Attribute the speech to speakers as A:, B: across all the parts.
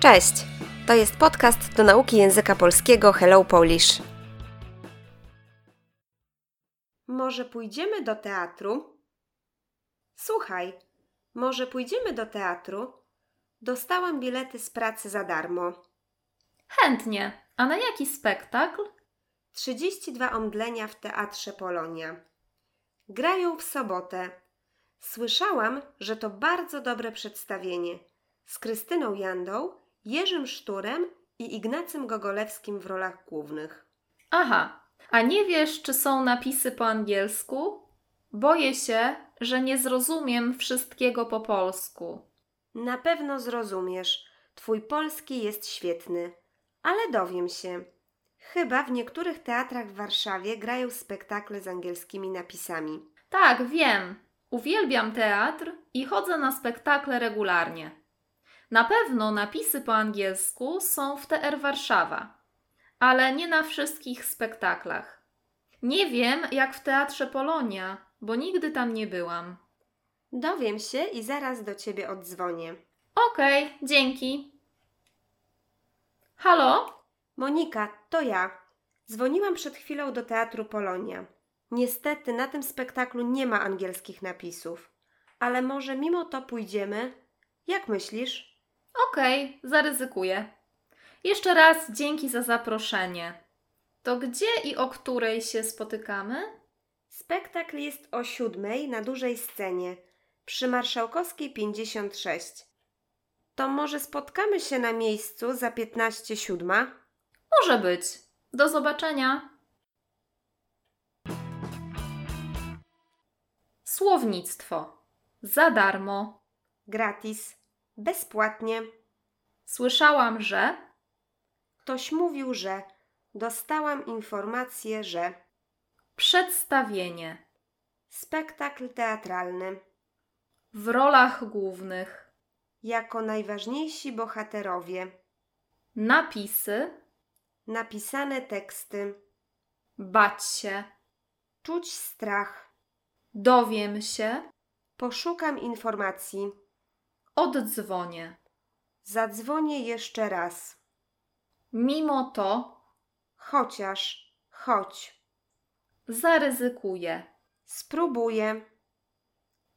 A: Cześć! To jest podcast do nauki języka polskiego Hello Polish. Może pójdziemy do teatru? Słuchaj, może pójdziemy do teatru? Dostałam bilety z pracy za darmo.
B: Chętnie. A na jaki spektakl?
A: 32 omdlenia w Teatrze Polonia. Grają w sobotę. Słyszałam, że to bardzo dobre przedstawienie. Z Krystyną Jandą, Jerzym Szturem i Ignacym Gogolewskim w rolach głównych.
B: Aha. A nie wiesz, czy są napisy po angielsku? Boję się, że nie zrozumiem wszystkiego po polsku.
A: Na pewno zrozumiesz, twój polski jest świetny, ale dowiem się. Chyba w niektórych teatrach w Warszawie grają spektakle z angielskimi napisami.
B: Tak, wiem. Uwielbiam teatr i chodzę na spektakle regularnie. Na pewno napisy po angielsku są w TR Warszawa, ale nie na wszystkich spektaklach. Nie wiem, jak w Teatrze Polonia, bo nigdy tam nie byłam.
A: Dowiem się i zaraz do ciebie odzwonię.
B: Okej, dzięki. Halo?
A: Monika, to ja. Dzwoniłam przed chwilą do Teatru Polonia. Niestety na tym spektaklu nie ma angielskich napisów, ale może mimo to pójdziemy? Jak myślisz?
B: Okej, zaryzykuję. Jeszcze raz dzięki za zaproszenie. To gdzie i o której się spotykamy?
A: Spektakl jest o siódmej na dużej scenie, przy Marszałkowskiej 56. To może spotkamy się na miejscu za 15 siódma?
B: Może być. Do zobaczenia. Słownictwo. Za darmo.
A: Gratis. Bezpłatnie.
B: Słyszałam, że
A: Ktoś mówił, że. Dostałam informację, że.
B: przedstawienie
A: Spektakl teatralny.
B: w rolach głównych,
A: jako najważniejsi bohaterowie,
B: napisy,
A: napisane teksty,
B: bać się,
A: czuć strach,
B: dowiem się,
A: poszukam informacji,
B: oddzwonię.
A: zadzwonię jeszcze raz,
B: Mimo to
A: chociaż, choć,
B: zaryzykuję.
A: spróbuję,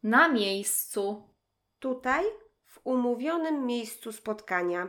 B: Na miejscu.
A: tutaj, w umówionym miejscu spotkania.